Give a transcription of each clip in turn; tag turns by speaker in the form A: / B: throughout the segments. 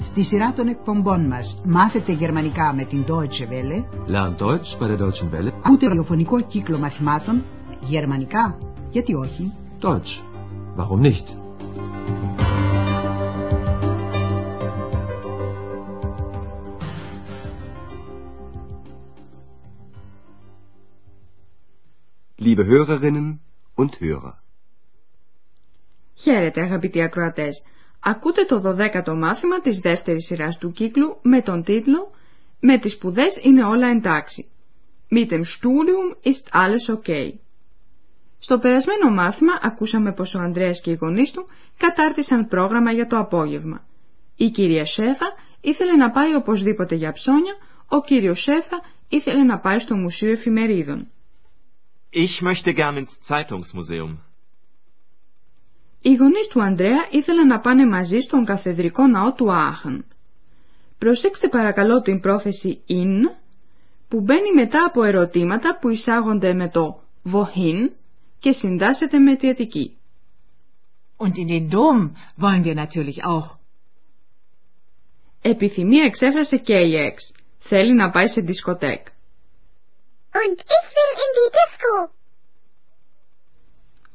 A: Στη σειρά των εκπομπών μας μάθετε γερμανικά με την Deutsche Welle,
B: Lernt Deutsch bei der Deutschen Welle.
A: ακούτε ραδιοφωνικό κύκλο μαθημάτων γερμανικά, γιατί όχι,
B: Deutsch. Warum nicht? Liebe Hörerinnen und Hörer.
C: Χαίρετε αγαπητοί ακροατές. Ακούτε το 12ο μάθημα της δεύτερης σειράς του κύκλου με τον τίτλο «Με τις σπουδές είναι όλα εντάξει». Mit dem Studium ist alles okay. Στο περασμένο μάθημα ακούσαμε πως ο Ανδρέας και οι γονείς του κατάρτισαν πρόγραμμα για το απόγευμα. Η κυρία Σέφα ήθελε να πάει οπωσδήποτε για ψώνια, ο κύριος Σέφα ήθελε να πάει στο Μουσείο Εφημερίδων.
D: Ich möchte gern ins Zeitungsmuseum.
C: Οι γονείς του Ανδρέα ήθελαν να πάνε μαζί στον καθεδρικό ναό του Άχαν. Προσέξτε παρακαλώ την πρόθεση «in» που μπαίνει μετά από ερωτήματα που εισάγονται με το «wohin» και συντάσσεται με αιτιατική.
E: Und in den Dom wollen wir natürlich auch.
C: Επιθυμία εξέφρασε και η «ex». Θέλει να πάει σε δισκοτέκ.
F: Und ich will in die Disco.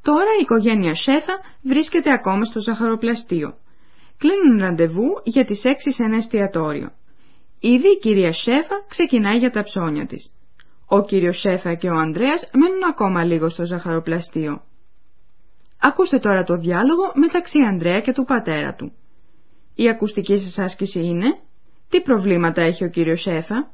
C: Τώρα η οικογένεια Σέφα βρίσκεται ακόμα στο ζαχαροπλαστείο. Κλείνουν ραντεβού για τις 6 σε ένα εστιατόριο. Ήδη η κυρία Σέφα ξεκινάει για τα ψώνια της. Ο κύριος Σέφα και ο Ανδρέας μένουν ακόμα λίγο στο ζαχαροπλαστείο. Ακούστε τώρα το διάλογο μεταξύ Ανδρέα και του πατέρα του. Η ακουστική σας άσκηση είναι «Τι προβλήματα έχει ο κύριος Σέφα»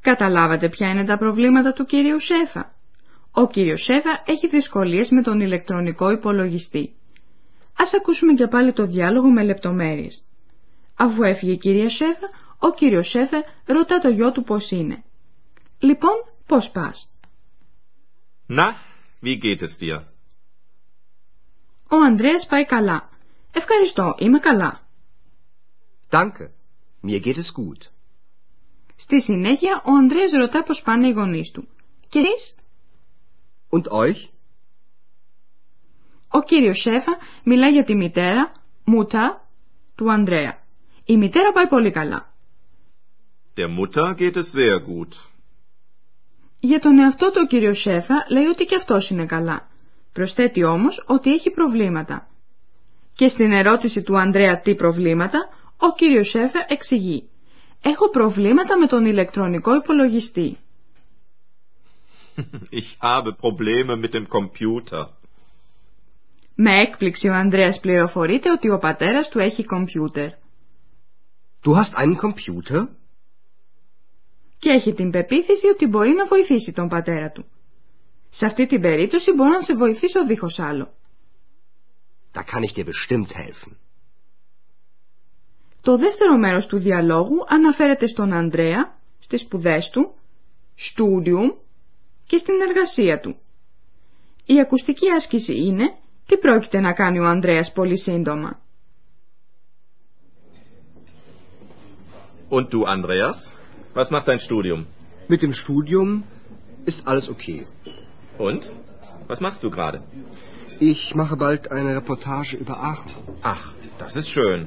C: Καταλάβατε ποια είναι τα προβλήματα του κύριου Σέφα. Ο κύριος Σέφα έχει δυσκολίες με τον ηλεκτρονικό υπολογιστή. Ας ακούσουμε και πάλι το διάλογο με λεπτομέρειες. Αφού έφυγε η κυρία Σέφα, ο κύριος Σέφα ρωτά το γιο του πώς είναι. Λοιπόν, πώς πας.
D: Na, wie geht es dir?
C: Ο Ανδρέας πάει καλά. Ευχαριστώ, είμαι καλά.
B: Danke, mir geht es gut.
C: Στη συνέχεια, ο Ανδρέας ρωτά πώς πάνε οι γονείς του. Και εσείς?
B: Und euch?
C: Ο κύριος Σέφα μιλά για τη μητέρα, μούτα, του Ανδρέα. Η μητέρα πάει πολύ καλά.
D: Der Mutter geht es sehr gut.
C: Για τον εαυτό του ο κύριος Σέφα λέει ότι και αυτός είναι καλά. Προσθέτει όμως ότι έχει προβλήματα. Και στην ερώτηση του Ανδρέα τι προβλήματα, ο κύριος Σέφα εξηγεί. Έχω προβλήματα με τον ηλεκτρονικό υπολογιστή.
D: Ich habe Probleme mit dem Computer.
C: Με έκπληξη ο Ανδρέας πληροφορείται ότι ο πατέρας του έχει κομπιούτερ.
B: Du hast einen Computer?
C: και έχει την πεποίθηση ότι μπορεί να βοηθήσει τον πατέρα του. Σε αυτή την περίπτωση μπορώ να σε βοηθήσω δίχως άλλο.
B: Da kann ich dir bestimmt helfen.
C: Το δεύτερο μέρος του διαλόγου αναφέρεται στον Ανδρέα, στις σπουδές του, studium και στην εργασία του. Η ακουστική άσκηση είναι τι πρόκειται να κάνει ο Ανδρέας πολύ σύντομα.
D: Und du, Andreas? Was macht dein Studium?
B: Mit dem Studium ist alles okay.
D: Und? Was machst du gerade?
B: Ich mache bald eine Reportage über Aachen.
D: Ach, das ist schön.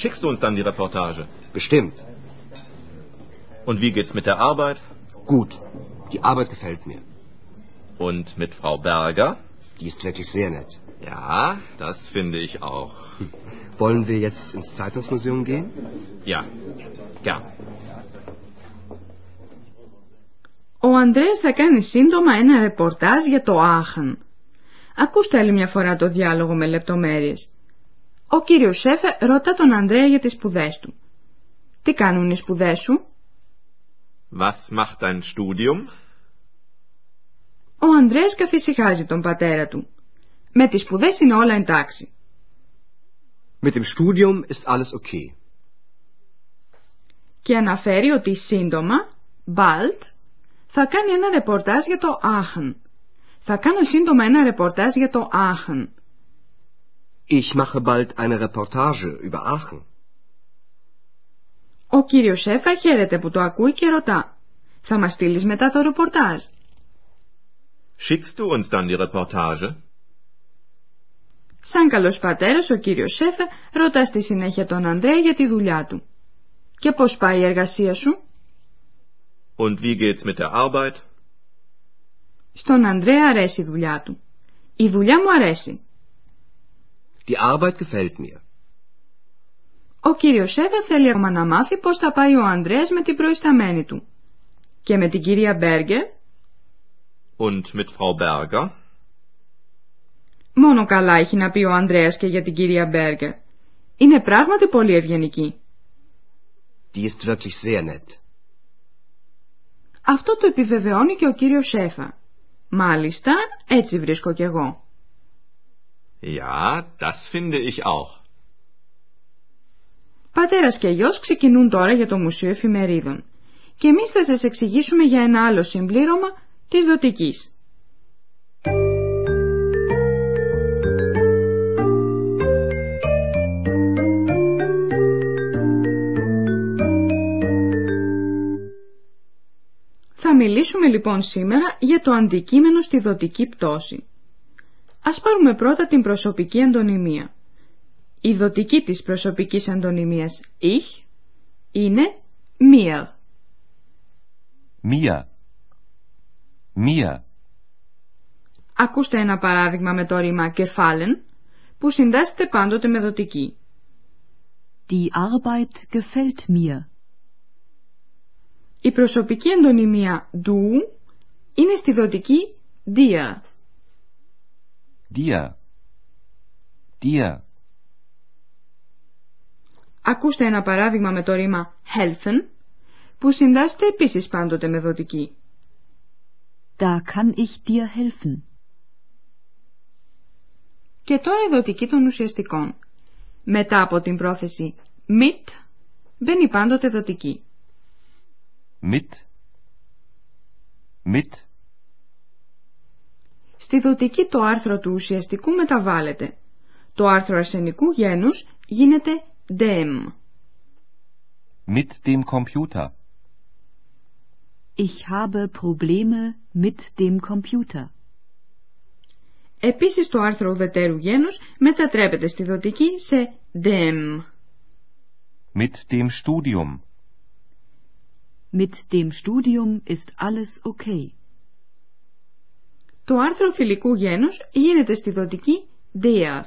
D: Schickst du uns dann die Reportage?
B: Bestimmt.
D: Und wie geht's mit der Arbeit?
B: Gut. Die Arbeit gefällt mir.
D: Und mit Frau Berger?
B: Die ist wirklich sehr nett.
D: Ja, das finde ich auch.
B: Wollen wir jetzt ins Zeitungsmuseum gehen?
D: Ja, gern.
C: Ο Ανδρέας θα κάνει σύντομα ένα ρεπορτάζ για το Άχαν. Ακούστε άλλη μια φορά το διάλογο με λεπτομέρειες. Ο κύριος Σέφε ρωτά τον Ανδρέα για τις σπουδές του. Τι κάνουν οι σπουδές σου?
D: Was macht dein Studium?
C: Ο Ανδρέας καθησυχάζει τον πατέρα του. Με τις σπουδές είναι όλα εντάξει.
B: Mit dem Studium ist alles okay.
C: Και αναφέρει ότι σύντομα, bald, θα κάνει ένα ρεπορτάζ για το Aachen. Θα κάνω σύντομα ένα ρεπορτάζ για το Aachen.
B: Ich mache bald eine Reportage über Aachen.
C: Ο κύριος Σέφερ χαίρεται που το ακούει και ρωτά. Θα μας στείλεις μετά το ρεπορτάζ.
D: Schickst du uns dann die Reportage?
C: Σαν καλός πατέρας, ο κύριος Σέφερ ρωτά στη συνέχεια τον Ανδρέα για τη δουλειά του. «Και πώς πάει η εργασία σου»
D: Und wie geht's mit der Arbeit?
C: Στον Ανδρέα αρέσει η δουλειά του. «Η δουλειά μου αρέσει».
B: Die Arbeit gefällt mir.
C: Ο κύριος Σέφερ θέλει ακόμα να μάθει πώς θα πάει ο Ανδρέας με την προϊσταμένη του. Και με την κυρία Μπέργκερ,
D: Und mit Frau Berger?
C: μόνο καλά έχει να πει ο Ανδρέας και για την κυρία Μπέργκερ. Είναι πράγματι πολύ ευγενική.
B: Die ist wirklich sehr nett.
C: Αυτό το επιβεβαιώνει και ο κύριος Σέφα. Μάλιστα, έτσι βρίσκω κι εγώ.
D: Ja, das finde ich auch.
C: Πατέρας και γιος ξεκινούν τώρα για το Μουσείο Εφημερίδων. Και εμείς θα σας εξηγήσουμε για ένα άλλο συμπλήρωμα της δοτικής. Θα μιλήσουμε λοιπόν σήμερα για το αντικείμενο στη δοτική πτώση. Ας πάρουμε πρώτα την προσωπική αντωνυμία. Η δοτική της προσωπικής αντωνυμίας ich είναι mir.
G: Mir. Mir.
C: Ακούστε ένα παράδειγμα με το ρήμα κεφάλεν που συντάσσεται πάντοτε με δοτική.
H: Die Arbeit gefällt mir.
C: Η προσωπική εντονιμία du είναι στη δοτική dir.
G: Dir. Dir.
C: Ακούστε ένα παράδειγμα με το ρήμα helfen που συντάσσεται επίσης πάντοτε με δοτική.
H: Da kann ich dir helfen.
C: Και τώρα η δοτική των ουσιαστικών. Μετά από την πρόθεση mit μπαίνει πάντοτε δοτική.
G: Mit. Mit.
C: Στη δοτική το άρθρο του ουσιαστικού μεταβάλλεται. Το άρθρο αρσενικού γένους γίνεται dem.
G: Mit dem Computer.
H: Ich habe Probleme mit dem Computer.
C: Επίσης το άρθρο ουδετέρου γένους μετατρέπεται στη δοτική σε dem.
G: Mit dem Studium.
H: Mit dem Studium ist alles okay.
C: Το άρθρο φιλικού γένους γίνεται στη δοτική der.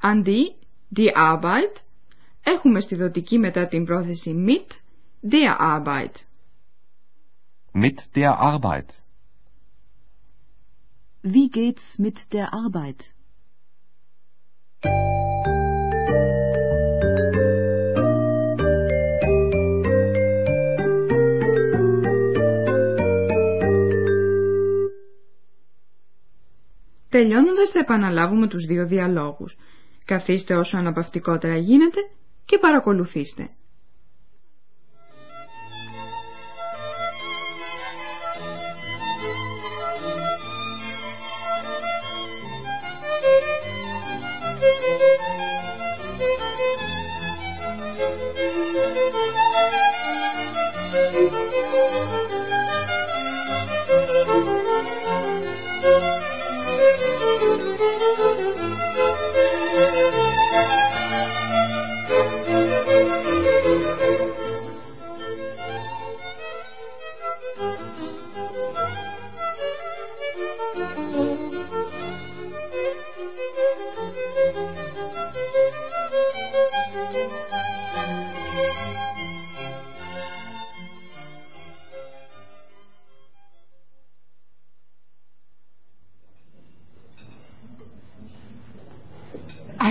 C: Αντί die Arbeit έχουμε στη δοτική μετά την πρόθεση mit der Arbeit.
G: Mit der Arbeit.
H: Wie geht's mit der Arbeit?
C: Τελειώνοντας θα επαναλάβουμε τους δύο διαλόγους. Καθίστε όσο αναπαυτικότερα γίνεται και παρακολουθήστε.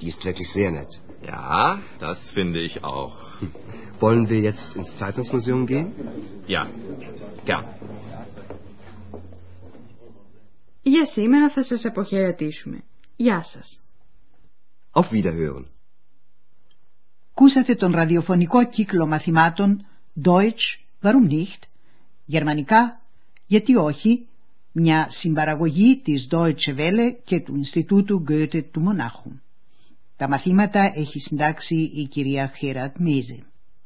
B: Die ist wirklich sehr nett.
D: Ja, das finde ich auch.
B: Wollen wir jetzt ins Zeitungsmuseum gehen?
D: Ja, gern.
C: Για σήμερα θα σας αποχαιρετήσουμε. Γεια σας.
B: Auf Wiederhören.
A: Κούσατε τον ραδιοφωνικό κύκλο μαθημάτων Deutsch, warum nicht, γερμανικά, γιατί όχι, μια συμπαραγωγή της Deutsche Welle και του Ινστιτούτου Goethe του Μονάχου. Τα μαθήματα έχει συντάξει η κυρία Χέρατ Μίζε.